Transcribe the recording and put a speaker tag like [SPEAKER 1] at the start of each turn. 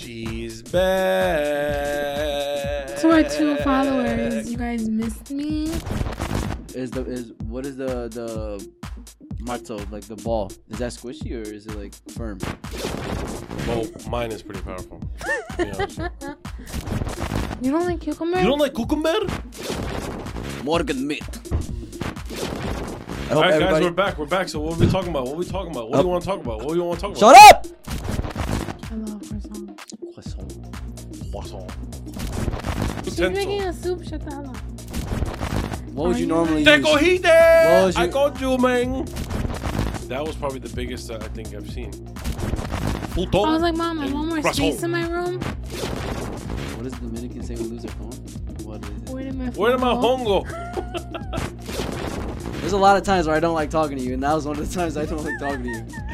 [SPEAKER 1] She's back.
[SPEAKER 2] To our two followers, you guys missed me.
[SPEAKER 3] Is the is what is the the motto like the ball? Is that squishy or is it like firm?
[SPEAKER 1] Well, mine is pretty powerful. to be honest.
[SPEAKER 2] You don't like cucumber?
[SPEAKER 1] you don't like cucumber?
[SPEAKER 3] Morgan meat. I
[SPEAKER 1] All
[SPEAKER 3] hope
[SPEAKER 1] right, guys,
[SPEAKER 3] everybody.
[SPEAKER 1] we're back. We're back. So what are we talking about? What are we talking about? What do
[SPEAKER 3] Oh.
[SPEAKER 1] you want to talk about? What do you want to talk about?
[SPEAKER 3] Shut up.
[SPEAKER 2] I love croissant.
[SPEAKER 1] Croissant.
[SPEAKER 2] She's
[SPEAKER 1] Utensil.
[SPEAKER 2] making a soup. Shut the hell up.
[SPEAKER 3] What would
[SPEAKER 2] Are
[SPEAKER 3] you
[SPEAKER 2] you
[SPEAKER 3] normally
[SPEAKER 2] nice?
[SPEAKER 1] Deco
[SPEAKER 3] use?
[SPEAKER 1] Hite!
[SPEAKER 3] Well,
[SPEAKER 1] I
[SPEAKER 3] you-
[SPEAKER 1] got you, man. That was probably the biggest that I think I've seen. Puto
[SPEAKER 2] I was like, Mom, I
[SPEAKER 1] and
[SPEAKER 2] want more
[SPEAKER 1] croissant.
[SPEAKER 2] space in my room.
[SPEAKER 3] What is the Dominican saying? We lose our phone. What is it?
[SPEAKER 2] Where did my
[SPEAKER 1] Where did
[SPEAKER 2] phone
[SPEAKER 1] my
[SPEAKER 2] go?
[SPEAKER 1] hongo?
[SPEAKER 3] There's a lot of times where I don't like talking to you, and that was one of the times I don't like talking to you.